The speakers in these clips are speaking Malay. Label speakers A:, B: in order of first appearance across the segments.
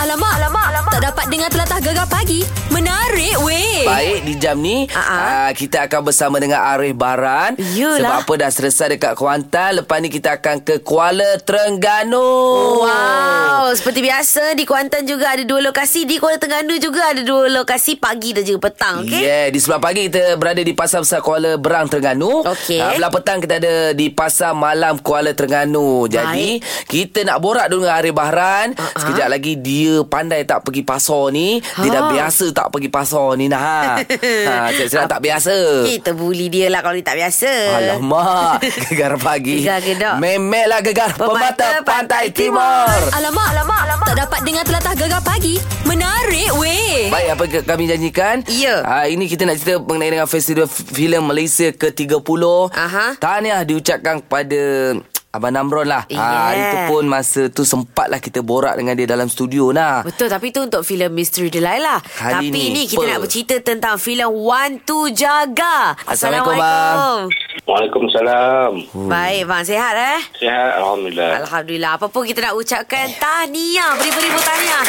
A: alamak, alamak, alamak. Tak dapat dengar telatah gegar pagi. Menarik weh.
B: Baik di jam ni
A: Ah,
B: uh, kita akan bersama dengan Arif Baran
A: Yelah.
B: Sebab apa dah selesai dekat Kuantan Lepas ni kita akan ke Kuala Terengganu
C: Oh, Wow, seperti biasa di Kuantan juga ada dua lokasi, di Kuala Terengganu juga ada dua lokasi pagi dan juga petang, okey?
B: Yeah, di sebelah pagi kita berada di Pasar Besar Kuala Berang Terengganu.
C: Okey.
B: Ah, belah petang kita ada di Pasar Malam Kuala Terengganu. Jadi, kita nak borak dulu dengan Arif Bahran. Uh-huh. Sekejap lagi dia pandai tak pergi pasar ni. Dia dah biasa tak pergi pasar ni nah. ha, saya tak biasa.
C: Kita bully dia lah kalau dia tak biasa.
B: Alamak, gegar pagi.
C: Gegar gedak.
B: Memelah gegar pemata, pantai timur.
A: Alamak, alamak, alamak. Tak dapat dengar telatah gegar pagi. Menarik weh.
B: Baik apa ke- kami janjikan
C: Ya.
B: Ah, Ini kita nak cerita mengenai dengan Festival F- Filem Malaysia ke-30
C: Aha.
B: Tahniah diucapkan kepada Abang Namron lah
C: Yeah.
B: Ah, Itu pun masa tu sempatlah kita borak dengan dia dalam studio lah
C: Betul tapi itu untuk filem Misteri Delilah.
B: Hari
C: lah. tapi
B: ni,
C: ini kita
B: apa?
C: nak bercerita tentang filem One Two Jaga.
B: Assalamualaikum, bang.
D: Waalaikumsalam.
C: Baik bang sehat eh?
D: Sihat Alhamdulillah.
C: Alhamdulillah. Apa pun kita nak ucapkan tahniah, beribu-ribu tahniah.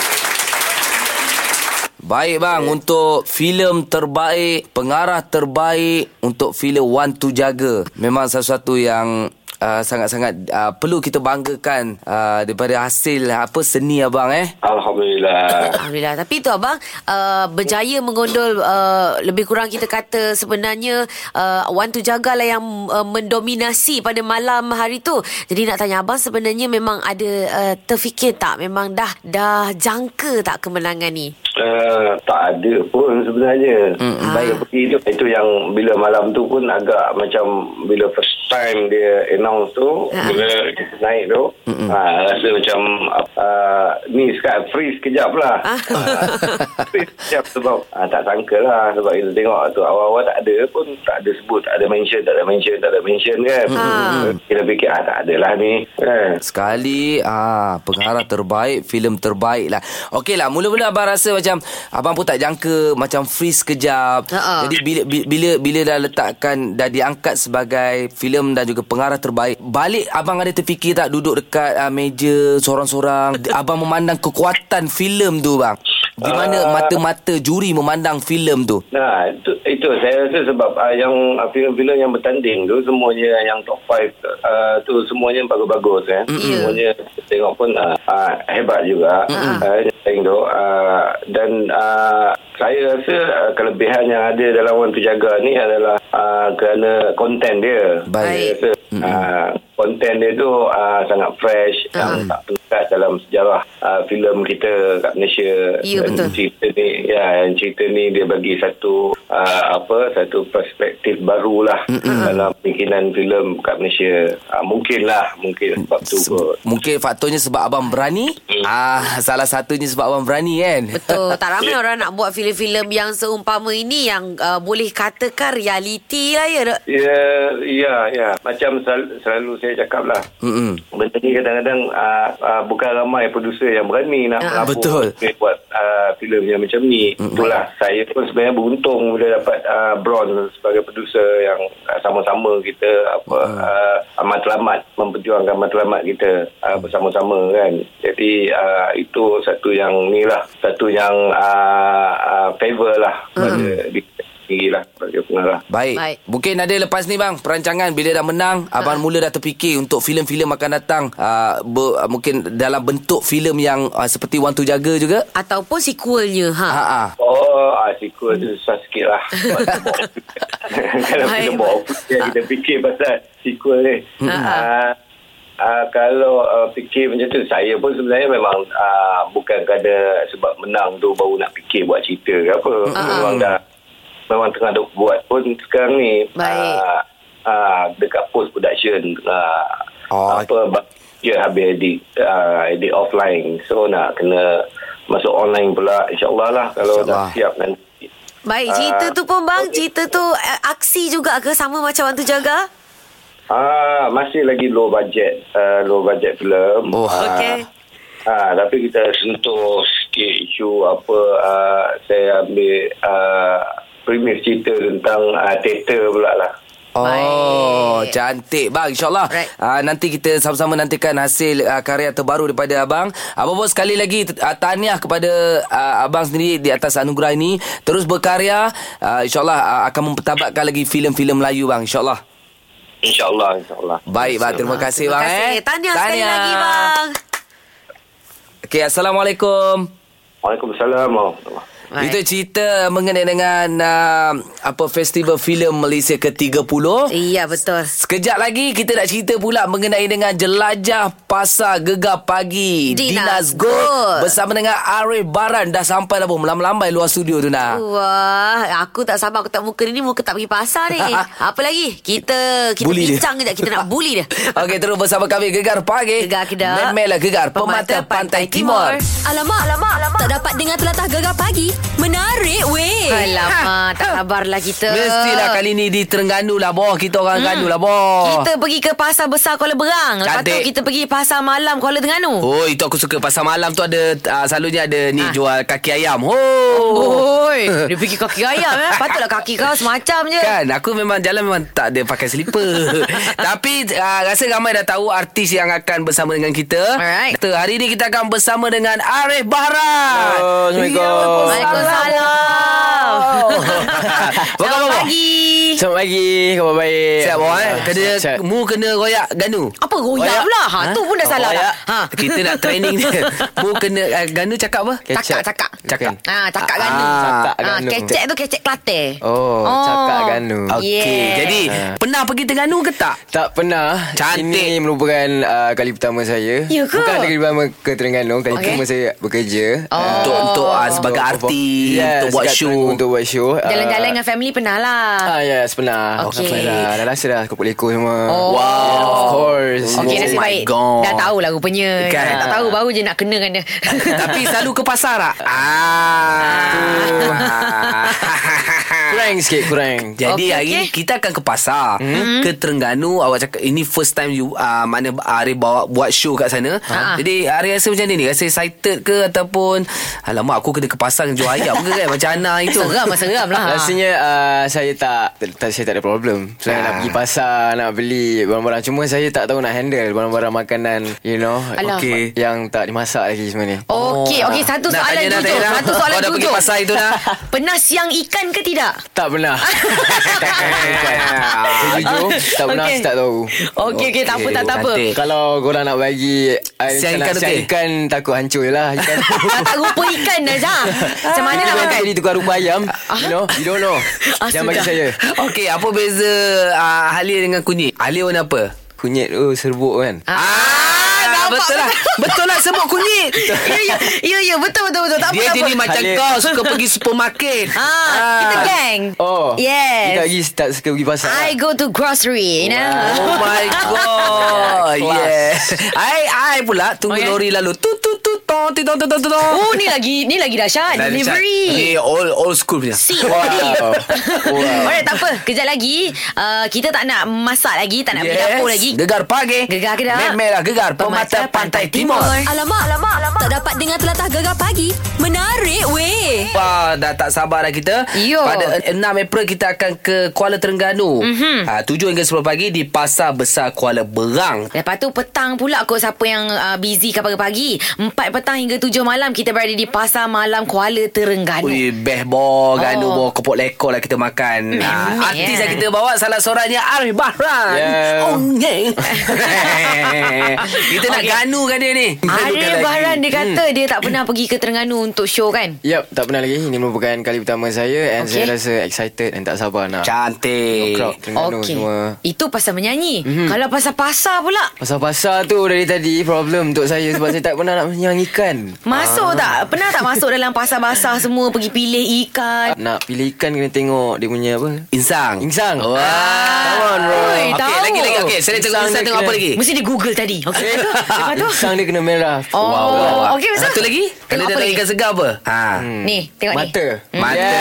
B: Baik bang Untuk filem terbaik Pengarah terbaik Untuk filem One to Jaga Memang sesuatu yang uh, Sangat-sangat uh, Perlu kita banggakan uh, Daripada hasil Apa seni abang eh
D: Alhamdulillah.
C: Alhamdulillah. Tapi tu abang uh, berjaya mengondol uh, lebih kurang kita kata sebenarnya uh, Wan Tu Jagalah yang uh, mendominasi pada malam hari tu. Jadi nak tanya abang sebenarnya memang ada uh, terfikir tak memang dah dah jangka tak kemenangan ni?
D: Uh, tak ada pun sebenarnya.
B: Mm,
D: Saya pergi tu. Itu yang bila malam tu pun agak macam bila first time dia announce tu,
C: Ha.
D: bila kita naik tu, ah, rasa macam uh, ni sekat freeze kejap lah. Ha,
C: Ah.
D: freeze kejap sebab ah, tak sangka lah sebab kita tengok tu awal-awal tak ada pun tak ada sebut, tak ada mention, tak ada mention, tak ada mention kan. Kita fikir ah, tak adalah ni. Eh.
B: Sekali ah pengarah terbaik, filem terbaik lah. Okey lah, mula-mula abang rasa macam abang pun tak jangka macam freeze kejap.
C: Ha-ha.
B: Jadi bila bi- bila bila dah letakkan dah diangkat sebagai filem dan juga pengarah terbaik, balik abang ada terfikir tak duduk dekat ah, meja seorang-seorang, abang memandang kekuatan filem tu bang. Di
D: Ah.
B: mana mata-mata juri memandang filem tu?
D: Nah, itu, itu saya rasa sebab uh, yang uh, filem-filem yang bertanding tu semuanya yang top 5 uh, tu semuanya bagus-bagus kan. Mm-hmm. Semuanya tengok pun uh, uh, hebat juga. Mm-hmm. Uh, yang bertanding tu uh, dan uh, saya rasa uh, kelebihan yang ada dalam Wan Tujaga ni adalah uh, kerana konten dia.
B: Baik.
D: Saya rasa uh, konten dia tu uh, sangat fresh yang tak pernah dalam sejarah uh, filem kita kat Malaysia.
C: Ya,
D: Dan
C: betul.
D: cerita ni ya yang cerita ni dia bagi satu uh, apa satu perspektif barulah dalam bikinan filem kat Malaysia uh, mungkinlah mungkin sebab tu kot.
B: Mungkin faktornya sebab abang berani. Ah, salah satunya sebab abang berani kan.
C: Betul. Tak ramai orang nak buat filem-filem yang seumpama ini yang uh, boleh katakan realiti lah ya. Dok?
D: Ya, ya, ya. Macam sel- selalu saya cakap lah.
B: Mm-mm.
D: Benda ni kadang-kadang uh, uh, bukan ramai produser yang berani nak
C: Ah,
D: uh,
B: betul.
D: buat uh, filem yang macam ni. Mm-hmm. Itulah saya pun sebenarnya beruntung bila dapat uh, Bron sebagai produser yang uh, sama-sama kita apa uh, matlamat memperjuangkan matlamat kita uh, bersama-sama kan. Jadi uh, itu satu yang ni lah, satu yang uh, uh, favor lah pada diri sendiri lah sebagai pengarah.
B: Baik.
C: Baik. Ha.
B: Baik. Mungkin ada lepas ni bang perancangan bila dah menang abang mula dah terfikir untuk filem-filem akan datang uh, ber, uh, mungkin dalam bentuk filem yang uh, seperti Wan Tu Jaga juga.
C: Ataupun sequelnya ha.
B: Ha ah.
D: Oh, ah, sequel
C: Hmm.
D: tu susah sikit lah. kalau kita buat
C: Baik, baik. Hmm.
D: opus, ya, kita fikir pasal sequel ni. Ah, ah, kalau ah, fikir macam tu, saya pun sebenarnya memang ah, bukan kerana sebab menang tu baru nak fikir buat cerita ke apa.
C: Ah.
D: Memang dah, memang tengah duk buat pun sekarang ni.
C: Baik.
D: Ah, ah, dekat post production. Ah,
B: Oh,
D: apa, ba- ya habis edit, ah, edit offline. So nak kena masuk online pula. InsyaAllah lah kalau
B: InsyaAllah.
D: dah siap nanti.
C: Baik, cerita tu pun bang, cerita tu eh, aksi juga ke sama macam Wan Tu Jaga?
D: Ah, masih lagi low budget, uh, low budget film.
B: Oh.
D: Ah,
C: Okey.
D: Ah, tapi kita sentuh sikit isu apa ah, saya ambil ah, premis cerita tentang ah, teater pula lah.
B: Oh,
C: Baik.
B: cantik bang. InsyaAllah
C: Right.
B: uh, nanti kita sama-sama nantikan hasil uh, karya terbaru daripada abang. Abang pun sekali lagi uh, tahniah kepada uh, abang sendiri di atas anugerah ini. Terus berkarya. Uh, InsyaAllah uh, akan mempertabatkan lagi filem-filem Melayu bang. InsyaAllah.
D: InsyaAllah, insyaAllah.
B: Baik bang. Terima kasih
C: Terima
B: bang.
C: kasih.
B: Eh.
C: Tahniah sekali lagi bang.
B: Okay, Assalamualaikum.
D: Waalaikumsalam. warahmatullahi.
C: Baik.
B: Itu cerita mengenai dengan uh, apa festival filem Malaysia ke-30.
C: Iya betul.
B: Sekejap lagi kita nak cerita pula mengenai dengan jelajah pasar gegar pagi
C: Di
B: Dinas
C: Nazgul.
B: Gold bersama dengan Arif Baran dah sampai dah pun melambai-lambai luar studio tu nak.
C: Wah, aku tak sabar aku tak muka dia ni muka tak pergi pasar ni. Apa lagi? Kita kita
B: Bully dia.
C: bincang kejap kita nak bully dia.
B: Okey terus bersama kami Gegar Pagi.
C: Gegar Kedah.
B: Memelah lah Gegar Pemata, Pantai, Timur.
A: Alamak, alamak, alamak. Tak dapat dengar telatah gegar pagi. Menarik weh.
C: Alamak, tak sabarlah kita.
B: Mestilah kali ni di Terengganu lah boh. Kita orang hmm. Terengganu lah boh.
C: Kita pergi ke pasar besar Kuala Berang. Lepas tu
B: Cantik.
C: kita pergi pasar malam Kuala Terengganu.
B: Oh itu aku suka pasar malam tu ada uh, selalunya ada ni
C: Ah.
B: jual kaki ayam. Oh.
C: Oi, dia pergi kaki ayam eh. Patutlah kaki kau semacam je.
B: Kan aku memang jalan memang tak ada pakai slipper. Tapi uh, rasa ramai dah tahu artis yang akan bersama dengan kita.
C: Alright.
B: Kita hari ni kita akan bersama dengan Arif Bahran.
E: Hello, Assalamualaikum.
C: Waalaikumsalam.
B: Apa
C: Ah, Selamat
B: khabar?
C: pagi.
E: Selamat pagi Khabar baik Ah,
B: Siap bawah eh Kena
E: Siap.
B: Mu kena royak ganu Ah,
C: Apa royak
E: Royak.
C: pula? Ha, tu pun dah
E: Oh,
C: salah dah.
E: royak.
C: Ha.
B: Kita nak training dia Mu kena uh, Ganu cakap apa?
E: Kecap.
C: Cakap, cakap.
E: Cakap.
C: Ha, cakap ganu.
B: Ah,
E: cakap
C: Ah,
E: ganu.
C: kecek tu kecek Kelantan.
E: Oh, cakap ganu.
B: Okey
C: Yeah.
B: Jadi
E: Ah.
B: Pernah pergi Terengganu ke tak?
E: Tak pernah
B: Cantik.
E: Ini merupakan uh, kali pertama saya
C: Ya ke?
E: Bukan kali pertama ke Terengganu Kali
C: Okey.
E: pertama saya bekerja Ah,
C: Oh.
B: Untuk untuk uh, sebagai
E: Untuk-
B: artis
E: Yes,
B: Untuk buat
E: kat
B: show
E: Terengganu Untuk buat show Ah,
C: Jalan-jalan dengan family pernah lah.
E: Ah yes pernah
C: Okey.
E: pernah. Dah rasa dah Kopok leko semua
C: Oh.
E: Yeah, Of course
C: Okey,
B: Oh
C: nasib
B: my
C: baik.
B: God.
C: Dah tahulah rupanya.
B: Kan?
C: Tak tahu baru je nak kenakan dia.
B: Tapi selalu ke pasar tak?
C: Ah.
B: Ah.
E: Kurang sikit kurang
C: Okey,
B: Jadi okay, hari
C: okey. Hmm.
B: ni kita akan ke pasar mm-hmm. Ke Terengganu Awak cakap Ini first time you uh, Mana Arif bawa Buat show kat sana
C: Ha.
B: Jadi Arif rasa macam ni ni Rasa excited ke Ataupun Alamak aku kena ke pasar Jual ayam ke kan Macam Ana itu
C: Seram, seram lah.
E: Rasanya uh, saya tak, tak saya tak ada problem. Saya
B: Ah.
E: nak pergi pasar, nak beli barang-barang. Cuma saya tak tahu nak handle barang-barang makanan, you know.
C: Alah.
B: Okey.
E: Yang tak dimasak lagi semua
C: Oh.
E: ni.
C: Okey, okey. Satu
B: Oh. Nak
C: soalan
B: tanya dah,
C: jujur.
B: tanya dah.
C: Satu soalan
B: Kau dah pergi
C: jujur.
B: pasar itu dah
C: Pernah siang ikan ke tidak?
E: Tak pernah. tak
B: Eh,
E: pernah. bukan. Saya
C: Oh.
E: jujur, tak pernah,
C: Okey.
E: okay. tak tahu.
C: Okey, okey. Tak apa, tak, tak apa.
B: Cantik.
E: Kalau korang nak bagi uh,
B: Siang ikan
E: siang
B: okey?
E: ikan takut hancur je lah ikan.
C: Dah Ah, tak rupa ikan dah, Zah. Macam mana nak makan?
E: Jadi tukar rupa ayam You know You don't know
C: Ah,
E: Jangan bagi
C: sudah.
E: saya
B: Okey apa beza uh, Halia dengan kunyit Halia warna apa?
E: Kunyit tu serbuk kan
B: Ah,
C: Ah, nampak,
B: betul lah Betul lah sebut kunyit
C: Ya, ya, ya, ya, betul, betul, betul. Tak apa,
B: Dia
C: tak apa.
B: jadi Ah. macam
E: Halia.
B: kau Suka pergi supermarket
C: Ha, kita gang.
E: Oh Kita
C: Yes.
E: lagi tak suka pergi pasar lah?
C: I go to grocery, you know.
B: Oh my god Yeah I I pula Tunggu
C: Okay.
B: okay. lori lalu Tu tu tu Tong ti, tong tong tong tong
C: ya? Oh, ni lagi ni lagi dahsyat. Delivery.
B: Ni old, old school punya
C: COD
E: Wow. Wow.
C: Alright tak apa Kejap lagi uh, Kita tak nak masak lagi Tak nak yes. dapur lagi
B: Gegar pagi
C: Gegar Kedah.
B: Memelah lah, gegar Pemata, Pantai, Timur,
A: Alamak, alamak, alamak. Tak dapat dengar telatah gegar pagi. Menarik weh.
B: Wah, dah tak sabar dah kita
C: Yo.
B: Pada 6 April kita akan ke Kuala Terengganu
C: Mhm.
B: mm-hmm. ha, 7 hingga 10 pagi di Pasar Besar Kuala Berang
C: Lepas tu petang pula kot siapa yang uh, busy kat pagi-pagi. 4 petang hingga 7 malam kita berada di Pasar Malam Kuala Terengganu.
B: Ui, beh bo, ganu
C: Oh.
B: bo, kopok lekor lah kita makan.
C: Memang,
B: Ah, artis
C: ya.
B: yang kita bawa salah seorangnya Arif Bahran.
E: Yeah.
B: Oh, yeah. kita nak
C: Okay.
B: ganukan dia ni. Ganukan
C: Arif
B: lagi. Hmm.
C: Bahran dia kata dia tak pernah pergi ke Terengganu untuk show kan?
E: Yap, tak pernah lagi. Ini merupakan kali pertama saya and okay. saya
C: Okey.
E: rasa excited dan tak sabar nak
B: Cantik.
E: crowd Terengganu okay. semua.
C: Itu pasal menyanyi.
B: Mhm.
C: Mm-hmm. Kalau pasal pasar pula
E: Pasal pasar tu dari tadi problem untuk saya sebab saya tak pernah nak menyang ikan.
C: Hmm.
B: Ah.
C: Masuk tak? Pernah tak masuk dalam pasar basah semua pergi pilih ikan?
E: Nak pilih ikan kena tengok dia punya apa?
B: Insang.
E: Insang.
B: Wah.
E: Come on bro.
C: Oi,
B: Okey,
C: tahu.
B: lagi lagi. Okey, saya nak tengok
E: Insang
B: Insang
E: dia
B: tengok apa
E: kena-
B: lagi? Eh.
C: Mesti dia Google tadi. Okey.
F: Lepas tu?
E: Pisang Eh, dia kena merah.
F: Oh, wow, wow, wow. okey besar.
B: Satu lagi?
F: Tengok
B: Kalau dia
F: apa
B: nak
F: lagi?
B: ikan segar apa? Ha.
C: Ni, tengok ni.
E: Mata. Hmm.
B: Mata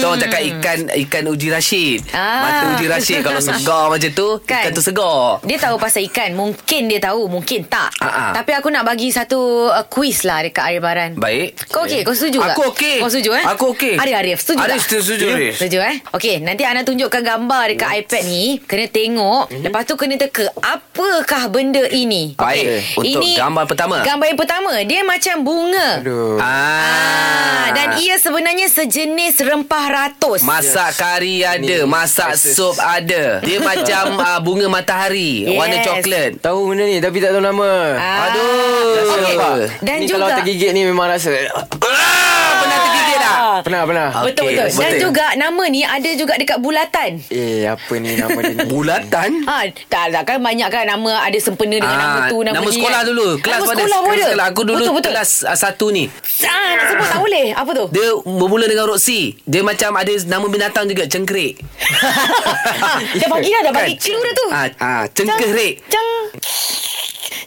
B: Tu orang cakap ikan Ikan uji Rashid
C: Ah.
B: Mata uji Rashid Kalau segar macam tu
C: Kan?
B: Ikan tu segar
C: Dia tahu pasal ikan Mungkin dia tahu Mungkin tak
B: Ah, ah.
C: Tapi aku nak bagi satu uh, Quiz lah Dekat Arif Baran
B: Baik
C: Kau okey? Kau setuju tak?
B: Eh, Aku okey
C: Kau setuju eh?
B: Aku okey
C: Arif, Arif setuju
B: Arif
C: tak?
B: setuju Arif
C: Setuju eh? Okey, nanti Ana tunjukkan gambar dekat iPad ni. Kena tengok. Mm-hmm. Lepas tu kena teka. Apakah benda ini?
B: Mhm. Baik, untuk gambar pertama.
C: Gambar yang pertama. Dia macam bunga.
E: Aduh.
C: Ah,
B: Ah.
C: dan ia sebenarnya sejenis rempah ratus.
B: Masak kari ada
E: Ni,
B: Masak
E: rasa-
B: sup ada Dia macam uh, bunga matahari
C: Yes.
B: Warna coklat
E: Tahu benda ni tapi tak tahu nama.
C: Ah.
B: Aduh
C: Okey.
E: Nampak?
C: Dan
E: ni
C: juga
E: kalau tergigit ni memang rasa. "Ah,
B: ah, Pernah tergigit tak?
E: Pernah, pernah.
B: Okey,
C: Betul betul. Dan
B: betul.
C: juga nama ni ada juga dekat bulatan.
E: Eh, apa ni nama dia ni?
B: Bulatan
C: Ha, tak lah kan banyak kan nama ada sempena dengan
B: Ah,
C: nama tu nama,
B: nama
C: ni
B: sekolah
C: kan.
B: dulu Kelas
C: nama
B: pada
C: sekolah pun ada.
B: kelas, Aku dulu
C: betul, betul.
B: kelas uh, satu ni
C: Ah, nak sebut tak boleh. Apa tu?
B: Dia bermula dengan huruf C Dia macam ada nama binatang juga Cengkerik
C: ah, dah bagi dah, dah bagi
B: Kan?
C: clue dah tu.
B: ah, ah, Cengkerik
C: Cang.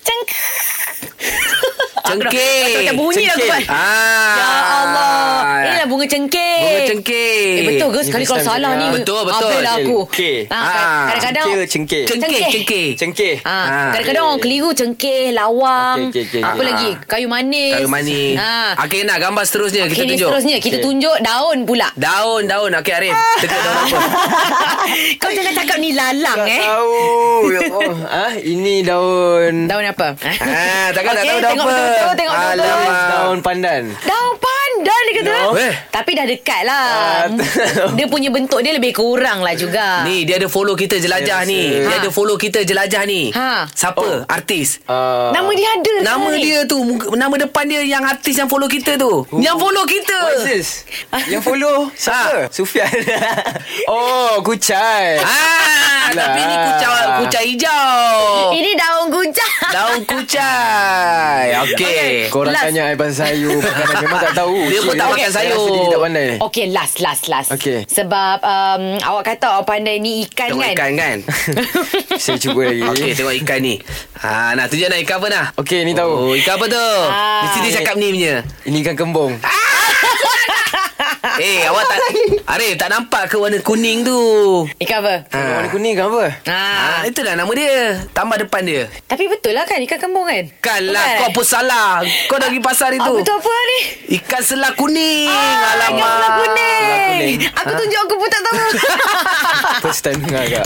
C: Cang.
B: Eh, Cengkeh.
C: Macam bunyi lah aku buat.
B: Ah.
C: Ya Allah. Ini lah bunga cengkeh.
B: Bunga cengkeh.
C: Eh, betul ke
E: Ni
C: sekali
E: first
C: kalau
E: time
C: salah ni.
E: cakap.
B: Betul, betul.
C: Abel lah aku.
E: Cengkeh.
C: Ah,
B: Ah.
C: kadang-kadang.
E: Cengkeh, cengkeh.
B: Cengkeh,
C: Cengkeh.
B: cengkeh.
E: Cengkeh.
C: Ah,
B: Ah.
C: kadang-kadang orang keliru cengkeh, lawang.
E: Okey, okey, okey,
C: Apa
E: okey.
C: lagi? Kayu manis.
B: Ah. Kayu manis.
C: Ah.
B: Okey, nak gambar seterusnya kita
C: Okey, ni
B: tunjuk.
C: seterusnya kita
E: Okey.
C: tunjuk daun pula.
B: Daun, daun. Okey, Arif. Tegak daun apa?
C: Kau jangan cakap ni lalang
E: Tak
C: eh.
E: tahu. Ya Allah. ah, ini daun
C: Daun apa?
B: Ah, takkan tak
C: Okey,
B: tahu daun
C: tengok
B: apa.
C: betul-betul, tengok betul-betul.
B: Alamak.
E: daun pandan.
C: Daun pandan dia kata.
E: No.
B: Eh.
C: Tapi dah dekat lah.
E: Ah,
C: dia punya bentuk dia lebih kurang lah juga.
B: Ni dia ada follow kita jelajah
E: Saya
B: ni.
E: rasa-
B: Dia
C: Ha.
B: ada follow kita jelajah ni.
C: Ha.
B: Siapa? Artis.
E: Ah,
C: Nama dia ada dekat
B: Nama
C: ni.
B: dia tu muka- Nama depan dia Yang artis yang follow kita tu
E: Oh.
B: Yang follow kita
E: What's this? Yang follow siapa? Sufian. oh, kucai.
B: Ah, Tapi ni kucai Kucai hijau
C: Ini daun gujah.
B: Daun kucai Okey
E: Korang
C: Last.
E: tanya I pasal sayur Makanan memang tak tahu
B: Dia pun tak
E: Cik,
B: makan
E: saya
B: sayur.
E: rasa Dia tak pandai
B: Eh.
E: ni
C: Okey, last, last, last.
E: Okey.
C: Sebab um, awak kata awak pandai ni ikan
B: Tengok
C: kan?
B: ikan kan
E: Saya cuba lagi
B: Okey tengok ikan ni ha, Nah tunjuk nak ikan apa nah
E: Okey, ni tahu.
B: oh, Ikan apa tu
C: Ah.
B: Mesti dia cakap ni punya
E: Ini ikan kembung
B: Ah. Eh awak tak Arif tak nampak ke warna kuning tu
C: Ikan apa?
E: ha. Warna kuning ikan apa?
C: Ah.
B: ha, Itulah nama dia Tambah depan dia
C: Tapi betul lah kan ikan kembung kan? Bukan?
B: Kalah lah.
C: Ah,
B: kau pun salah Kau dah pergi pasar itu
C: Apa tu apa ni?
B: Ikan selah kuning Alamak
C: Ah, Ikan bola
E: Bola
C: kuning.
E: kuning.
C: Aku tunjuk aku pun tak tahu.
E: First time dengar kak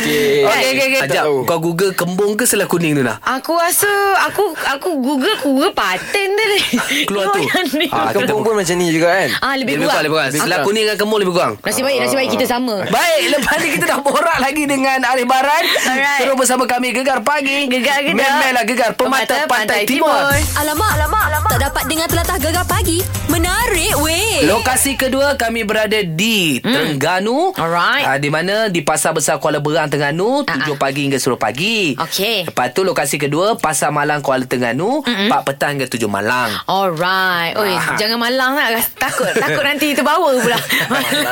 E: Okey
B: Okey okey okey.
E: Tak
B: Eh, Ajak
E: tahu.
B: kau google kembung ke selah kuning tu nak
C: aku rasa aku aku Google aku Google paten dia ni.
B: Keluar tu
C: Yang ni.
B: Ah, kita
E: Kembung pun macam ni juga kan
C: Ah lebih
B: lebih kurang,
C: kurang.
B: lebih kurang. Ah. Selah
E: kurang.
B: kuning dengan kembung lebih kurang
C: Nasib baik nasib baik kita sama.
B: Baik, lepas ni kita dah borak lagi dengan Arif Baran.
C: Alright.
B: Terus bersama kami Gegar Pagi.
C: Gegar Gedak.
B: Memelah lah Gegar Pemata, Pantai, Timur.
G: Alamak, alamak, alamak. Tak dapat dengar telatah gegar pagi. Menarik weh.
B: Lokasi kedua kami berada di Terengganu.
C: Alright.
B: Ah, di mana di Pasar Besar Kuala Berang Terengganu 7 pagi hingga 10 pagi.
C: Okey.
B: Lepas tu lokasi kedua Pasar Malang Kuala Terengganu 4 petang hingga 7 malam.
C: Alright. Oi,
B: Ah.
C: jangan malang lah. Ras- Takut takut nanti terbawa pula.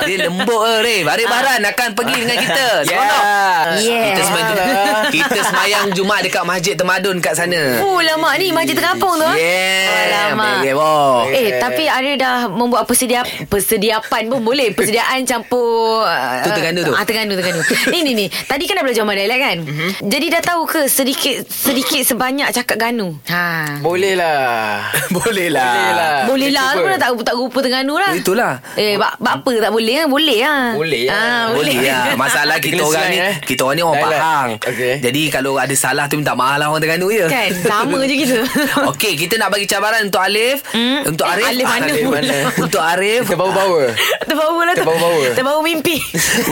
B: Dia lembut eh Rif Arif Baran akan pergi dengan kita Seronok
E: Yeah
C: Ah. Yeah.
B: Kita semayang Kita semayang Jumat Dekat Masjid Temadun Kat sana
C: Oh lama ni Masjid terkampung tu ah.
B: Yeah
C: Alamak
E: Oh.
B: Alamak
C: Eh tapi Arya dah Membuat persedia Persediapan pun boleh Persediaan campur uh,
B: Tu Terengganu tu.
C: Ah Terengganu Terengganu Ni ni ni Tadi kan dah belajar Mandailat kan
E: Mhm.
C: mm-hmm. Jadi dah tahu ke Sedikit Sedikit sebanyak cakap Ganu ha.
E: Boleh lah
B: Boleh lah
E: Boleh lah
C: Boleh lah
E: Cuba.
C: Aku dah tak, tak rupa Terengganu lah
B: Itulah.
C: Eh bak, bak apa tak boleh kan Boleh lah
E: Boleh lah.
C: ah, Boleh,
B: boleh lah Masalah kita
E: Kena
B: orang ni
E: slang, eh.
B: Kita orang ni orang
E: Dialog.
B: Pahang
E: Okey.
B: Jadi kalau ada salah tu Minta maaf lah orang Terengganu je
C: Kan Sama je kita
B: Okey kita nak bagi cabaran Untuk Alif Untuk
C: Eh,
B: Arif
C: Alif mana
B: Alif
C: pula?
B: Untuk Arif
E: Kita bawa-bawa
C: Terbawa lah tu
E: Terbawa-bawa.
C: Terbawa mimpi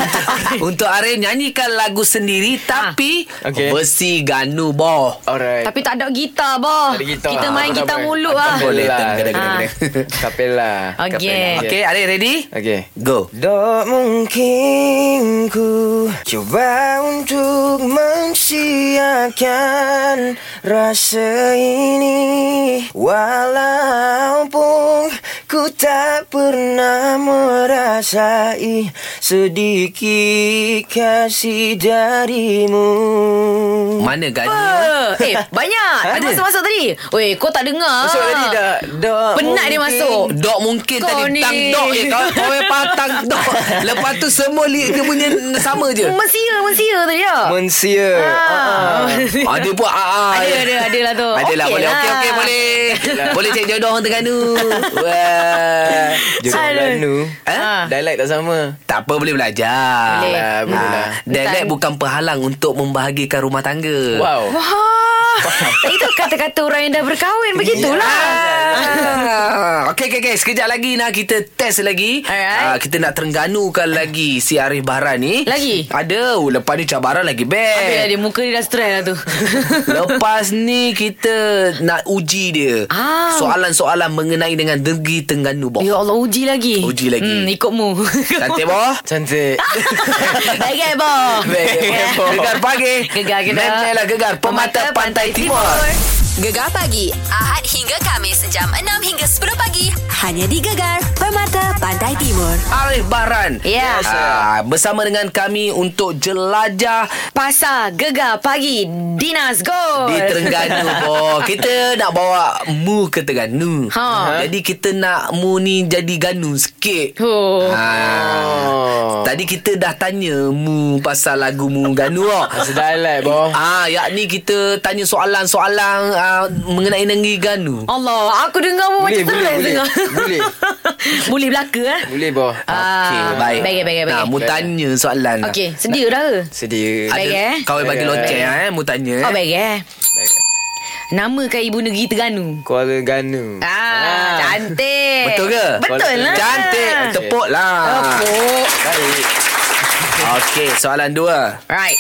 B: Untuk Arif Nyanyikan lagu
C: Ha.
B: sendiri Tapi
E: Okey.
B: Versi Ganu Boh
E: Alright
C: Tapi tak ada gitar bah.
E: Ada gitar.
C: Kita main
E: Tak
C: gitar
E: lah, apa.
C: mulut ah.
E: Tak
B: Boleh,
E: Boleh
B: tu, kena, kena,
C: Ah.
B: kena.
E: Kapela
C: Okey.
B: Okey Arif ready?
E: lah, Okey
B: Go
E: Tak mungkin ku coba untuk mensiakan rasa ini Walaupun Ku tak pernah merasai sedikit kasih darimu.
C: Ah.
B: Mana gaji?
C: Apa? Eh, banyak. Ada
B: Ada?
C: masuk-masuk tadi. Weh, kau tak dengar.
E: Masuk tadi dah. dah
C: Penat dia
E: mungkin.
C: masuk.
B: Dok mungkin
C: Kau
B: tadi
C: ni.
B: tang dok je kau kau memang tang dok. Lepas tu semua li, dia punya sama je.
C: Mesira, mesira tadi ya.
E: Mensia.
C: Ah.
B: Ada pun ah, ah.
C: Ada, ada, ada lah tu.
B: Ada lah
C: Okey
B: boleh
C: lah.
B: okey okey boleh. boleh cek jodoh orang Terengganu. Wah.
E: Jodoh
C: Aduh.
E: Melayu.
B: Ha?
C: Ah.
E: Dialek tak sama.
B: Tak apa boleh belajar.
C: Boleh.
B: Ah,
E: boleh lah.
B: Dialek
C: Bukan-
B: bukan penghalang untuk membahagikan rumah tangga.
E: Wow.
C: Wah. Eh, Itu kata-kata orang yang dah berkahwin begitulah.
B: Ah, Okey okey okey sekejap lagi nak kita test lagi.
C: Alright.
B: Ah, kita nak terengganukan lagi si Arif Bahran ni.
C: Lagi?
B: Ada. Oh, Lepas ni cabaran lagi best.
C: Habis lah dia muka dia dah stress lah tu.
B: Lepas ni kita nak uji dia.
C: Ah.
B: Soalan-soalan mengenai dengan negeri Terengganu boh.
C: Ya Allah uji lagi.
B: Uji lagi.
C: Hmm, ikutmu.
B: Cantik boh.
E: Cantik.
C: Baik kan, Bo?
B: Gegar pagi.
C: Gegar kita.
B: Memelah gegar pemata pantai timur.
A: Gegar pagi Ahad hingga Kamis jam 6 hingga 10 pagi hanya di Gegar Permata Pantai Timur.
B: Arif Bahran.
C: Ya.
B: Ah, bersama dengan kami untuk jelajah
C: Pasar Gegar Pagi Dinas Go.
B: Di Terengganu boh. Kita nak bawa mu ke Terengganu.
C: Ha.
B: Jadi kita nak mu ni jadi Ganu sikit.
C: Oh.
B: Ha. Tadi kita dah tanya mu pasal lagu mu Ganu ah.
E: Dialek, boh.
B: Ah, yakni kita tanya soalan-soalan ah, mengenai negeri Ganu.
C: Oh. Allah, aku dengar pun
E: Boleh,
C: macam
E: boleh,
C: stress
E: boleh.
C: dengar.
E: Boleh.
C: boleh belaka eh.
E: Boleh, boh.
B: Okey, baik.
C: Ah. Baik, baik, baik.
B: Nah, mu tanya soalan. lah.
C: Okey, sedia dah ke?
E: Sedia.
B: Ada,
C: Baik, eh?
B: Kau bagi
E: Baik,
B: loceng
E: baik.
B: eh, mu tanya.
C: Oh, baik eh.
E: Baik.
C: Namakan ibu negeri Terengganu.
E: Kuala Ganu.
C: Ah, cantik.
B: Betul ke?
C: Betul lah.
B: Cantik. Tepuk lah.
C: Tepuk.
E: Baik.
B: Okey, soalan dua.
C: Right.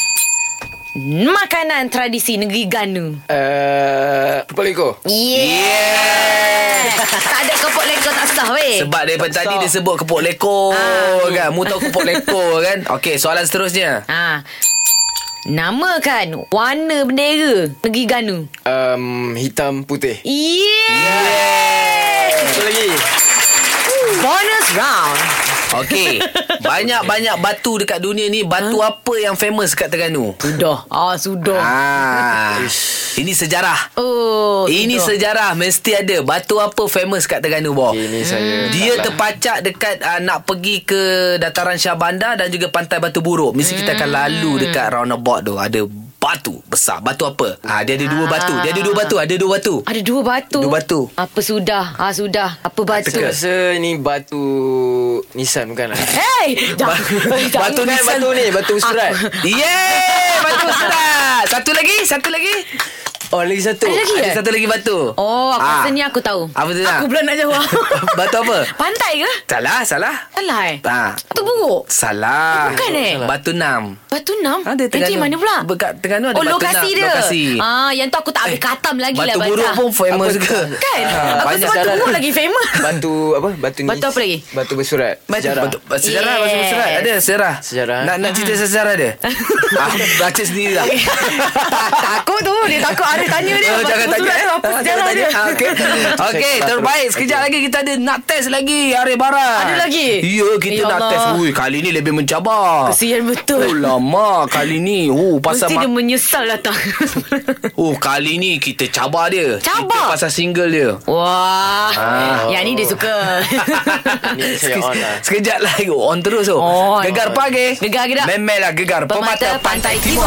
C: Makanan tradisi negeri Ganu.
E: Uh, Pukul Eko.
C: Yeah.
B: Yeah.
C: tak ada kepok lengkau Eh, tak sah weh.
B: Sebab daripada
E: Besar.
B: tadi dia sebut kepok lekor
C: Ah.
B: kan. Mu tahu kepok lekor kan. Okey, soalan seterusnya.
C: ha. Namakan warna bendera negeri Ganu.
E: Um, hitam putih.
C: Yeah.
E: Satu lagi.
C: Bonus round.
B: Okey. Banyak-banyak batu dekat dunia ni, batu apa yang famous dekat Terengganu?
C: Sudah. Ah, sudah.
B: Ah. Ini sejarah.
C: Oh,
B: Ini
C: sudah.
B: sejarah mesti ada. Batu apa famous kat Terengganu, boh?
E: Okay, ni
C: Hmm.
E: saya. tak
B: Dia
E: lah.
B: terpacak dekat uh, nak pergi ke dataran Shah Bandar dan juga Pantai Batu Buruk. Mesti kita akan lalu
C: Hmm.
B: dekat roundabout tu. Ada batu besar. Batu apa? Ah dia ada dua batu. Dia ada dua batu. Ada dua batu.
C: ada dua batu.
B: Dua batu.
C: Apa sudah? Ah, sudah. Apa batu?
E: Saya rasa ni batu nisan bukan lah.
C: Hey, jangan,
B: batu
E: Bukan
B: nisan.
E: batu ni, batu
C: Ah.
E: surat.
B: Yeay! Batu sedap. Satu lagi, satu lagi.
E: Oh, lagi satu.
C: Ada lagi
B: Ada
C: eh?
B: satu lagi batu.
C: Oh, aku rasa ni aku tahu.
B: Ah. Apa tu nak?
C: Aku pula nak jawab.
B: Batu apa?
C: Pantai ke?
B: Salah, salah.
C: Salah eh?
B: Ah.
C: Batu buruk?
B: Salah.
C: Bukan eh?
B: Batu enam.
C: Batu enam?
B: Ada
C: Itu
B: Terengganu.
C: yang mana pula?
B: Dekat Terengganu ada
C: oh,
B: Batu
C: lokasi
B: Enam,
C: dia.
B: lokasi.
C: Ah, yang tu aku tak habis
B: Eh,
C: katam lagi lah.
B: Batu
C: baca.
B: buruk pun famous ke?
C: Kan?
B: Ah,
C: aku
B: banyak
C: sebab
B: jalan.
C: tu pun lagi famous.
E: Ha, Batu apa? Batu ni.
C: Batu apa lagi?
E: Batu bersurat. Sejarah.
B: Batu, sejarah yes.
C: Yes.
B: Batu
C: Hmm.
B: sejarah Ada sejarah
E: Sejarah.
B: Nak, nak cerita sejarah dia ah, Baca sendiri lah
C: Tak- takut tu. Dia takut ada tanya dia.
B: Oh,
C: Batu
B: jangan
C: surat
B: tanya
C: tu Apa
B: Ah,
C: sejarah
B: jangan
C: dia?
B: tanya. Ah, Okey, Okey,
E: Check
B: terbaik.
E: terus.
B: Sekejap lagi kita ada nak test lagi Arif Barat.
C: Ada lagi?
B: Ya, kita
C: Ya
B: nak
C: Allah.
B: test. Ui, kali ni lebih mencabar.
C: Kesian betul.
B: Oh lama kali ni Oh pasal
C: Mesti
B: ma-
C: dia menyesal datang.
B: Oh kali ni kita cabar dia Kita
C: Cabar?
B: pasal single dia Ah.
C: Wah. Yang ni dia suka.
E: Ni saya on lah.
B: Sekejap lagi On terus tu
C: On.
B: Gegar pagi
C: Gegar ke tak?
B: Memelah gegar Pemata, Pantai Timur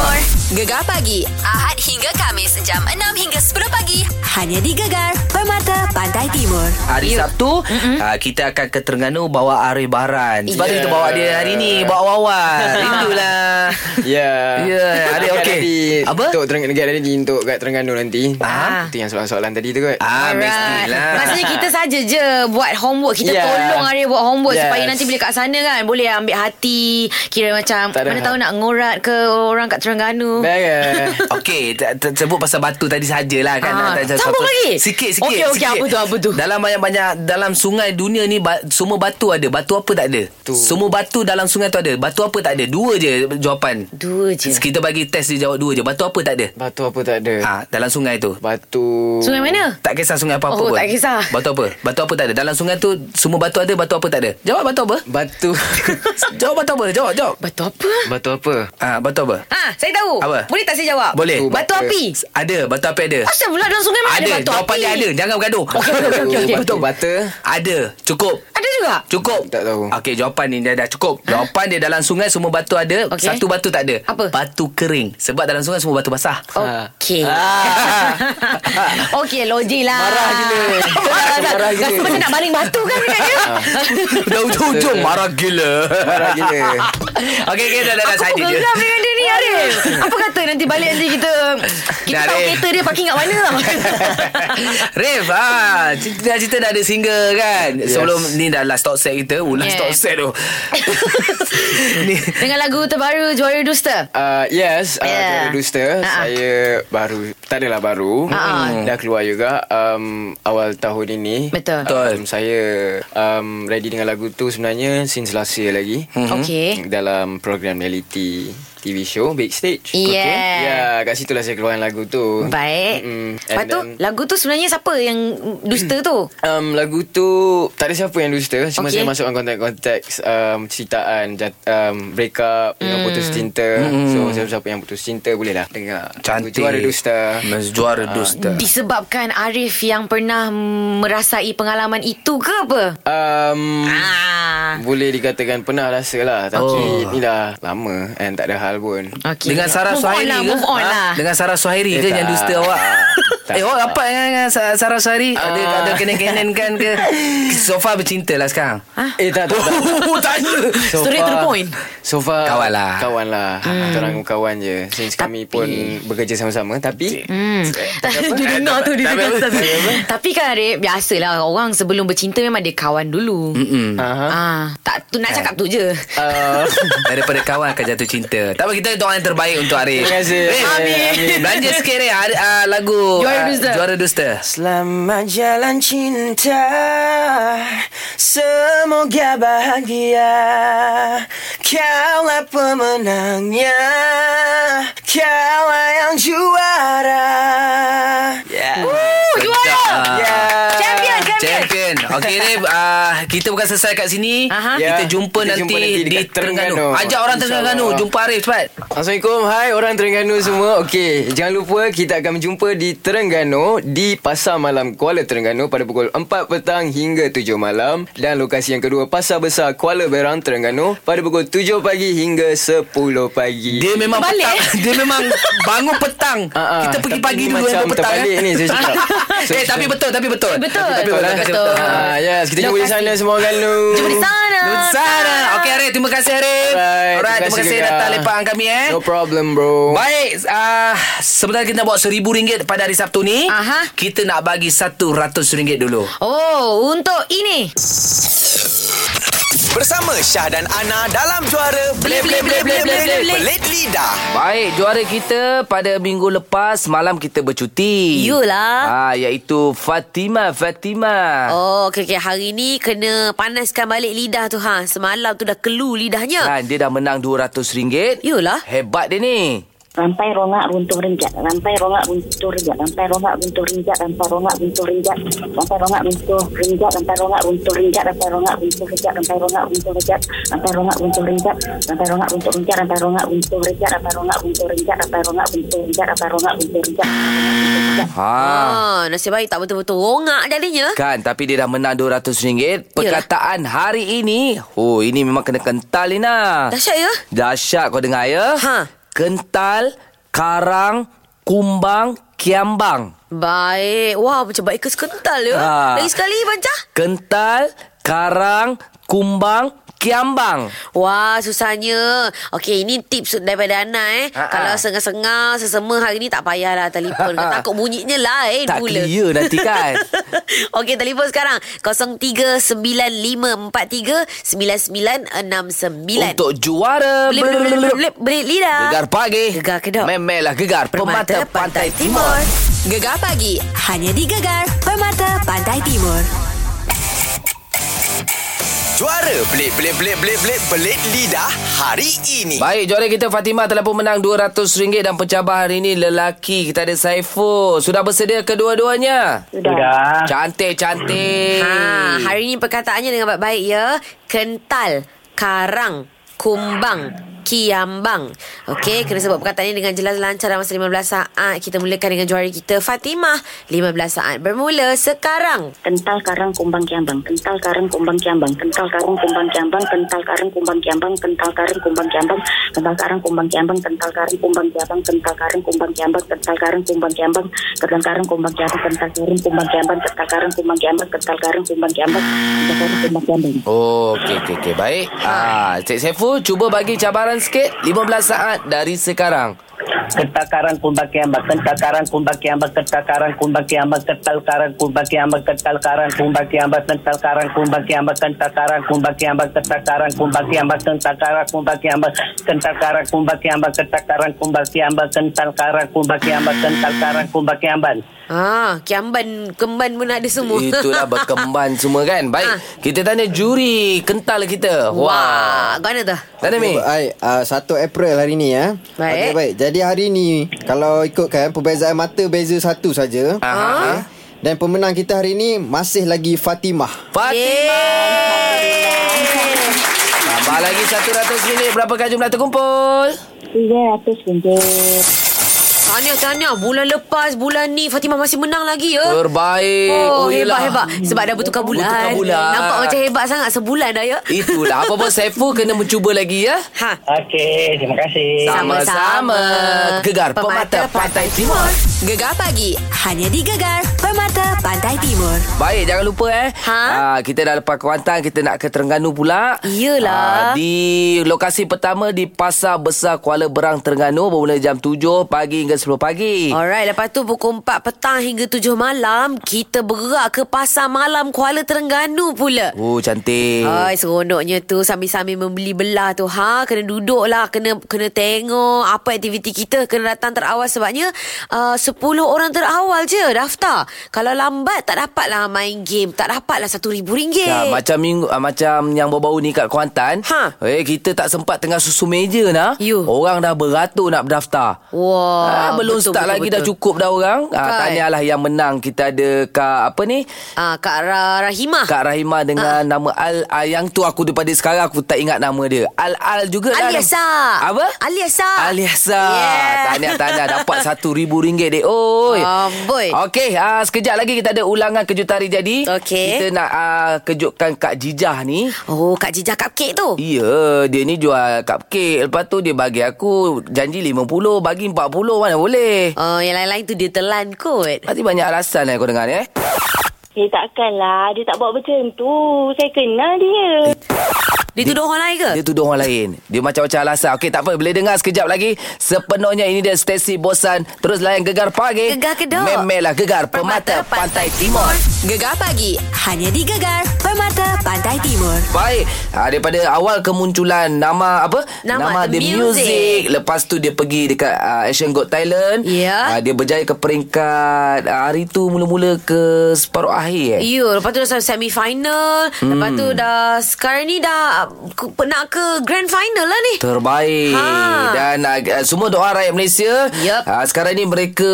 A: Gegar pagi Ahad hingga Kamis jam 6 hingga 10 pagi hanya di Gegar Permata Pantai Timur.
B: Hari Sabtu uh, Kita akan ke Terengganu Bawa Arif Bahran Sebab tu
E: Yeah.
B: kita bawa dia hari ni Bawa awal Rindulah
E: Ya.
B: Ya, ada
E: Dekat
B: okey.
E: nanti
B: Apa?
E: Untuk Terengganu negara nanti untuk kat Terengganu nanti.
C: Ah.
E: Itu yang soalan-soalan tadi tu kot.
B: Ah,
C: Alright.
B: mestilah
C: Maksudnya kita saja je buat homework. Kita
E: Yeah.
C: yeah. tolong Arya buat homework
E: Yes.
C: yes. supaya nanti bila kat sana kan boleh ambil hati. Kira macam
E: Tak ada
C: mana
E: hal.
C: tahu nak ngorat ke orang kat Terengganu.
E: Baik. eh?
B: Okey, t- t- sebut pasal batu tadi sajalah kan.
C: Ah,
B: Ah, tak
H: Sambung lagi?
B: Sikit-sikit.
H: Okey, okey,
B: sikit.
H: apa tu, apa tu?
B: Dalam banyak-banyak dalam sungai dunia ni ba- semua batu ada. Batu apa tak ada? Tu. Semua batu dalam sungai tu ada. Batu apa tak ada? Dua je jawapan.
H: Dua je.
B: Kita bagi test dia jawab dua je. Batu apa tak ada?
E: Batu apa tak ada.
B: Ah, dalam sungai tu.
E: Batu
H: Sungai mana?
B: Tak kisah sungai apa-apa
H: Oh,
B: pun.
H: tak kisah.
B: Batu apa? Batu apa tak ada? Dalam sungai tu semua batu ada, batu apa tak ada? Jawab batu apa?
E: Batu
B: jawab batu apa? Jawab, jawab.
H: Batu apa?
E: Batu apa?
B: Ah, batu apa?
H: Ha, saya tahu.
B: Apa?
H: Boleh tak saya jawab?
B: Boleh.
H: Batu, batu
E: Batu.
H: api.
B: Ada, batu api ada.
H: Asal pula dalam sungai mana ada,
B: ada,
H: batu
B: jawapan
H: api?
B: dia ada. Jangan bergaduh.
H: Okey, okey, okey, okey, okey.
E: Batu bata
B: Ada, cukup.
H: Ada juga?
B: Cukup.
E: Tak tahu.
B: Okey, jawapan ni dah, dah cukup. Jawapan dia dalam sungai semua batu ada,
H: Ha? Okey.
B: satu batu tak ada.
H: Apa? Oh.
B: Batu kering. Sebab dalam sungai semua batu basah.
H: Okey.
E: Ah.
H: Okey, logik lah.
E: Marah gila.
H: Marah,
C: lah.
E: Marah gila.
H: Rasa macam nak baling batu kan dekat dia.
B: dah hujung-hujung marah gila.
E: Marah gila
B: Okey, okay, dah dah dah
H: Aku
B: saja je.
H: geram dengan dia ni, Arif. Apa kata nanti balik nanti kita... um, Kita
B: Dah,
H: tahu
B: Arif.
H: kereta dia parking kat mana.
B: Ref ha, cerita, cerita dah ada single kan yes. Sebelum ni dah last talk set kita Ulas
H: Yeah.
B: yeah. talk set tu ni,
H: Dengan lagu terbaru Juara Dusta.
E: Uh, yes,
H: Yeah. Uh-uh.
E: yeah. uh, Rooster.
H: Ha-ha.
E: Saya baru, tak adalah baru. Hmm.
H: Ha-ha.
E: Dah keluar juga um, awal tahun ini.
H: Betul.
E: Um, saya um, ready dengan lagu tu sebenarnya since last year lagi.
H: Okey.
E: Dalam program reality TV show Big Stage.
H: Yeah.
E: Ya, yeah, kat situlah saya keluarkan lagu tu.
H: Baik.
E: Mm-mm. And
H: Lepas tu,
E: then-
H: lagu tu sebenarnya siapa yang dusta tu?
E: Um, lagu tu tak ada siapa yang dusta Cuma
H: Okey.
E: okay. saya masukkan konteks-konteks um, Ceritaan jat, um, Break up mm. Dengan putus cinta mm. So siapa-siapa yang putus cinta Boleh lah dengar Lagu
B: Cantik
E: Juara dusta
B: Mas Juara dusta
H: Disebabkan Arif yang pernah merasai pengalaman itu ke apa?
E: um,
H: Ah.
E: Boleh dikatakan pernah rasa lah Tapi
B: Oh.
E: oh. ni dah lama And tak ada hal pun
H: Okay.
B: Dengan Sarah
H: move
B: Suhairi
H: on lah,
B: ke?
H: Move on
B: Ha?
H: lah.
B: Dengan Sarah Suhairi
E: Eh,
B: ke
E: tak.
B: yang dusta awak?
E: Tak.
B: Eh, awak rapat dengan, dengan Sa- Sarah Suhairi? Ada,
E: Ah.
B: ada kena-kenan kan ke? So far bercinta lah sekarang.
E: Eh tak tak, tak.
B: Oh, tak ada.
H: Straight to the point.
E: So far
B: Kawan lah.
E: Kawan lah hmm. Orang kawan je Since kami pun Bekerja sama-sama Tapi
H: Hmm. Dia dengar tu dia dengar tu. Tapi kan Arif Biasalah orang sebelum bercinta Memang dia kawan dulu
B: Mm-mm.
E: Aha.
H: Ah, tak tu nak cakap tu je.
E: Uh,
B: Daripada kawan akan jatuh cinta Tak apa kita doa yang terbaik untuk Arif
E: Terima kasih.
B: Arif,
E: Amin.
B: Belanja sikit Arif Ar- ah, Lagu
H: Juara
B: ah,
H: Dusta.
B: Juara Dusta
E: Selamat jalan cinta Semoga bahagia Kaulah pemenangnya Kaulah yang juara yeah.
H: Oh, juara.
E: Yeah.
H: Champion, champion.
B: Champion Okey Arif ah, Kita bukan selesai kat sini
H: Aha.
B: Kita
E: Ya,
B: jumpa
E: kita
B: nanti,
E: jumpa nanti
B: Di
E: dekat
B: Terengganu
E: Terengganu.
B: Ajak orang Terengganu
E: InsyaAllah.
B: Jumpa Arif cepat
E: Assalamualaikum Hai orang Terengganu semua Okey Jangan lupa Kita akan berjumpa di Terengganu Di Pasar Malam Kuala Terengganu Pada pukul 4 petang Hingga 7 malam Dan lokasi yang kedua Pasar Besar Kuala Berang Terengganu Pada pukul 7 pagi Hingga 10 pagi
B: Dia memang
H: Terbalik,
B: petang, Dia memang bangun petang
E: Ah, ah.
B: Kita pergi
E: Tapi
B: pagi
E: ni
B: dulu
E: Macam
B: Baru petang
E: terbalik
B: eh.
E: ni Saya cakap So,
B: Eh tapi betul Tapi betul
H: Betul.
B: Tapi
E: eh?
B: betul, Terima kasih
H: Betul.
B: betul.
E: Ah, Yes Kita jumpa di
H: Lokasi.
E: sana semua Ganu
H: Jumpa di sana.
B: Sana. Okey Arif, terima kasih Arif.
E: Alright,
B: Alright, terima kasih
E: Kakak.
B: datang lepak dengan kami eh.
E: No problem bro
B: Baik, uh, sebenarnya kita nak buat RM1,000 pada hari Sabtu ni.
H: Aha.
B: Kita nak bagi RM100 dulu.
H: Oh, untuk ini.
I: Bersama Syah dan Ana dalam juara Belit Belit Belit Belit Belit Belit Lidah.
B: Baik, juara kita pada minggu lepas malam kita bercuti.
C: Yulah.
B: Ah, iaitu Fatima, Fatima.
C: Oh, okey okey. Hari ni kena panaskan balik lidah tu ha. Semalam tu dah kelu lidahnya.
B: Kan, dia dah menang RM200.
C: Yulah.
B: Hebat dia ni.
J: Rampai rongak runtuh rinjat Rampai rongak runtuh rinjat Rampai rongak runtuh rinjat Rampai rongak runtuh rinjat Rampai rongak runtuh rinjat Rampai rongak runtuh rinjat Rampai rongak runtuh rinjat Rampai rongak runtuh rinjat Rampai rongak runtuh rinjat Rampai rongak runtuh rinjat Rampai rongak runtuh rinjat Rampai rongak runtuh rinjat Rampai rongak runtuh rinjat Rampai rongak runtuh rinjat
B: Ha.
C: Ah, nasib baik tak betul-betul rongak jadinya.
B: Kan Tapi dia dah menang RM200 Perkataan hari ini Oh ini memang kena kental Lina
C: Dahsyat ya?
B: Dahsyat kau dengar ya
C: Ha.
B: Kental Karang Kumbang Kiambang
C: Baik. Wah, macam baik kes kental ya.
B: Ah.
C: Lagi sekali, Bancah.
B: Kental Karang Kumbang Kiambang
C: Wah, susahnya. Okey, ini tips daripada Ana eh.
B: Ha, ha.
C: Kalau sengah-sengah, sesema hari ni tak payahlah telefon.
B: Ha, ha.
C: Takut bunyinya lain
B: Tak
C: pula.
B: clear nanti kan
C: Okey, telefon sekarang 0395439969.
B: Untuk juara
C: Belit, belit, belit, belit, belit lidah.
B: Gegar pagi
C: Gegar Kedok.
B: Memelah gegar Permata, Pantai, Timur.
C: Timur.
A: Gegar pagi. Hanya di Gegar Permata Pantai Timur.
I: Juara pelik pelik pelik pelik pelik pelik lidah hari ini.
B: Baik, juara kita Fatimah telah pun menang RM200 dan pencabar hari ini lelaki. Kita ada Saiful. Sudah bersedia
D: Ah.
B: kedua-duanya? Ya.
J: Sudah.
B: Cantik-cantik.
C: Ha, hari ni perkataannya dengan baik-baik ya. Kental, karang, kumbang, kiambang. Okey, kena sebut perkataan ini dengan jelas lancar dalam masa 15 saat. Kita mulakan dengan juara kita Fatimah. 15 saat bermula sekarang.
J: Kental karang kumbang kiambang. Kental karang kumbang kiambang. Kental karang kumbang kiambang. Kental karang kumbang kiambang. Kental karang kumbang kiambang. Kental karang kumbang kiambang. Kental karang kumbang kiambang. Kental karang kumbang kiambang. Kental karang kumbang kiambang. Kental karang kumbang kiambang. Kental karang kumbang kiambang. Kental karang kumbang kiambang. Kental karang kumbang kiambang. Kental karang kumbang kiambang.
B: Oh, okey, okey, okey. Baik.
C: Ha.
B: Ah, Cik Saiful, cuba bagi cabaran sikit. 15 saat dari sekarang.
K: Ketakaran kumbang kiambang, ketakaran kumbang kiambang, ketakaran kumbang kiambang, ketakaran kumbang kiambang, ketakaran kumbang kiambang, ketakaran kumbang kiambang, ketakaran kumbang kiambang, ketakaran kumbang kiambang, ketakaran kumbang kiambang, ketakaran kumbang kiambang, ketakaran kumbang kiambang, ketakaran kumbang kiambang, ketakaran kumbang kiambang.
C: Ha, kiamban, kemban pun ada semua.
B: Itulah berkemban semua kan. Baik,
C: Ah.
B: kita tanya juri kental kita.
C: Wah,
B: Wah.
C: mana tu?
B: Tanya Mi.
L: Baik, uh, 1 April hari ni ya. Okey,
C: Baik.
L: baik. Jadi hari ni kalau ikutkan perbezaan mata beza satu saja.
E: ah.
C: Ha?
B: Aha.
L: Okey. Dan pemenang kita hari ni masih lagi Fatimah.
B: Fatimah. Tambah lagi RM100. Berapakah jumlah terkumpul?
J: RM300.
C: Tahniah, tahniah. Bulan lepas, bulan ni Fatimah masih menang lagi ya.
B: Terbaik.
C: Oh,
B: yelah.
C: hebat hebat sebab dah bertukar bulan.
B: lah. Bertukar bulan.
C: Nampak macam hebat sangat sebulan dah ya.
B: Itulah. Apa pun Saiful kena mencuba lagi ya.
C: Ha.
K: Okey, terima kasih.
B: Sama-sama. Gegar Pemata Pantai Timur.
A: Gegar pagi. Hanya di Gegar Permata Pantai Timur.
B: Baik, jangan lupa eh.
C: Ha?
B: Ah, kita dah lepas Kuantan, kita nak ke Terengganu pula.
C: Iyalah.
B: Ah, di lokasi pertama di Pasar Besar Kuala Berang, Terengganu. Bermula jam 7 pagi hingga 10 pagi.
C: Alright, lepas tu pukul 4 petang hingga 7 malam, kita bergerak ke pasar malam Kuala Terengganu pula.
B: Oh, cantik.
C: Ay, seronoknya tu sambil-sambil membeli belah tu. Ha, kena duduk lah, kena kena tengok apa aktiviti kita, kena datang terawal sebabnya uh, 10 orang terawal je daftar. Kalau lambat tak dapatlah main game, tak dapatlah RM1,000.
B: Ya, macam minggu ah, macam yang berbau ni kat Kuantan.
C: Ha.
B: Eh kita tak sempat tengah susu meja nah.
C: You.
B: Orang dah beratur nak berdaftar.
C: Wah,
B: Ah, belum
C: betul,
B: start
C: betul,
B: lagi
C: betul.
B: dah cukup dah orang.
C: Bukan.
B: Ah tahniahlah yang menang kita ada Kak apa ni?
C: Ah, Kak Ra- Rahimah.
B: Kak Rahima dengan nama Al ah, yang tu aku daripada sekarang aku tak ingat nama dia. Al Al juga dah.
C: Aliasa.
B: Apa?
C: Aliasa.
B: Aliasa.
C: Yeah.
B: Tahniah tahniah dapat RM1000 dek. Oi.
C: Amboi.
B: Okey, ah sekejap lagi kita ada ulangan kejutan hari jadi.
C: Okey.
B: Kita nak ah, kejutkan Kak Jijah ni.
C: Oh, Kak Jejak Cupcake tu.
B: Ya, dia ni jual cupcake. Lepas tu dia bagi aku janji RM50, bagi RM40 mana boleh.
C: Oh, yang lain-lain tu dia telan kot.
B: Pasti banyak alasan lah kau dengar ni eh.
J: Eh takkanlah Dia tak buat macam tu Saya kenal dia
C: Dia tuduh orang lain ke?
B: Dia tuduh orang lain. Dia macam-macam alasan. Okey, tak apa. Boleh dengar sekejap lagi. Sepenuhnya ini dia Stacey Bosan. Terus layan Gegar Pagi.
C: Gegar Kedok.
B: Memelah Gegar Permata, Pantai Timur.
A: Gegar pagi. Hanya di Gegar Permata Pantai Timur.
B: Baik ha, Daripada awal kemunculan Nama apa
C: Nama The
B: The,
C: Music.
B: music. Lepas tu dia pergi Dekat uh, Asian Got Thailand
C: Ya.
B: Ah, Dia berjaya ke peringkat ah, Hari tu mula-mula ke Separuh akhir eh?
C: Ya, lepas tu dah sampai semi final. Hmm. Lepas tu dah sekarang ni dah uh, ke- nak ke grand final lah ni.
B: Terbaik
C: Ha.
B: Dan uh, semua doa rakyat Malaysia
C: Yup.
B: uh, Sekarang ni mereka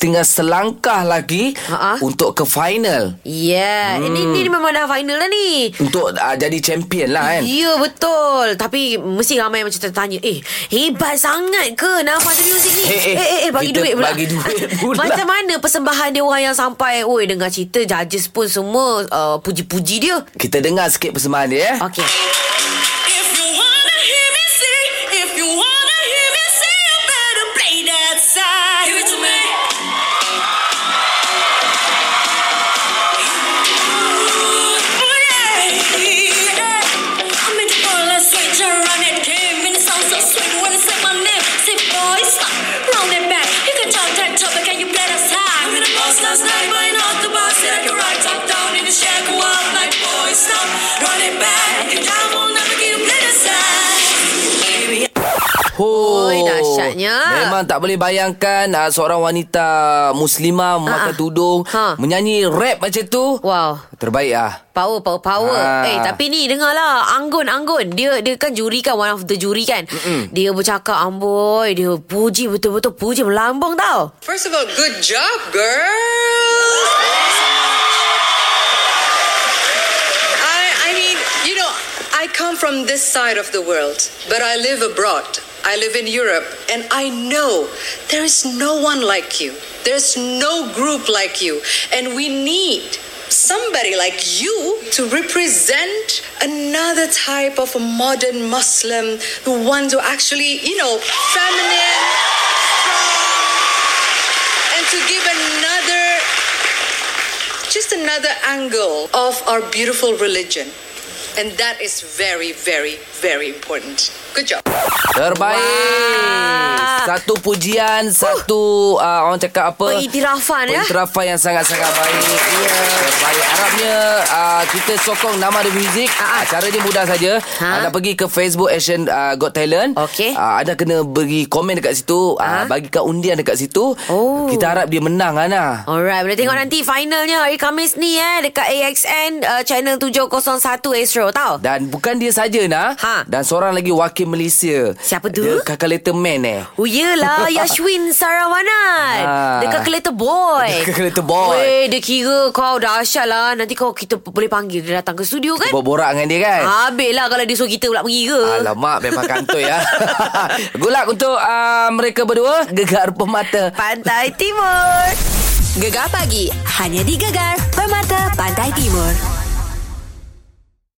B: Tinggal selangkah lagi
C: Ha-ha.
B: Untuk ke final
C: Yeah, hmm. ini, ini memang dah final lah ni.
B: Untuk uh, jadi champion lah kan
C: Ya betul Tapi mesti ramai macam tertanya Eh hebat sangat ke Nama The Music ni
B: Eh, eh,
C: eh, eh bagi
B: kita
C: duit pula
B: bagi duit pula.
C: Macam mana persembahan dia orang yang sampai Oi dengar cerita Judges pun semua uh, Puji-puji dia
B: Kita dengar sikit persembahan dia eh?
C: Okay
G: If you wanna hear me sing, if you wanna hear me sing, you better play that side. Give it to me. Oh yeah. I'm in the ball, I switch around it, came in the sound so sweet when I say my name. Say boy, stop, round it back. You can talk that talk, but can you play that side? I'm in the boss last night, but not the boss. Said I can rock, top down in the shack, go up like boy, stop, run it back. You down, will never get you play that side. Baby,
B: Oh,
C: Oi, dahsyat maksudnya.
B: Memang tak boleh bayangkan uh, seorang wanita muslimah memakai tudung
C: Ha.
B: menyanyi rap macam tu.
C: Wow.
B: Terbaik ah.
C: Power, power, power.
B: Ah.
C: Eh, tapi ni dengarlah Anggun, Anggun. Dia dia kan juri kan one of the juri kan.
B: Mm-mm.
C: Dia bercakap amboi, dia puji betul-betul puji melambung tau.
M: First of all, good job, girls. I, I mean, you know, I come from this side of the world, but I live abroad. I live in Europe, and I know there is no one like you. There's no group like you, and we need somebody like you to represent another type of a modern Muslim, the ones who actually, you know, feminine, strong, and to give another just another angle of our beautiful religion. And that is very, very, very important. Good job.
B: Terbaik. Satu pujian, satu uh, orang cakap apa?
C: Pengiktirafan, ya?
B: Pengiktirafan yang sangat-sangat baik. ya. Yeah. Terbaik. Harapnya uh, kita sokong nama The Music. Uh, cara dia mudah saja. Ha? Anda pergi ke Facebook Asian uh, Got Talent. Okay. Uh, anda kena bagi komen dekat situ. Uh, bagikan undian dekat situ. Oh. Kita harap dia menang, Ana.
C: Alright, boleh
B: Hmm.
C: tengok nanti finalnya hari Khamis ni eh dekat AXN uh, channel 701 Astro tau.
B: Dan bukan dia saja, Nah. Ha. Dan seorang lagi wakil Malaysia. Siapa tu? Dia calculator man eh.
C: Oh yelah Yashwin Sarawanan
B: Ah.
C: Dekat Keleta Boy
B: Dekat Keleta Boy.
C: Weh dia kira kau dahsyat lah Nanti kau kita p- boleh panggil Dia datang ke studio kan
B: Borak-borak dengan dia kan?
C: Habis lah kalau dia suruh kita pula mengira
B: Alamak memang kantoi ya. Good luck untuk uh, mereka berdua Gegar Pemata.
C: Pantai Timur
A: Gegar pagi hanya di Gegar Permata Pantai Timur.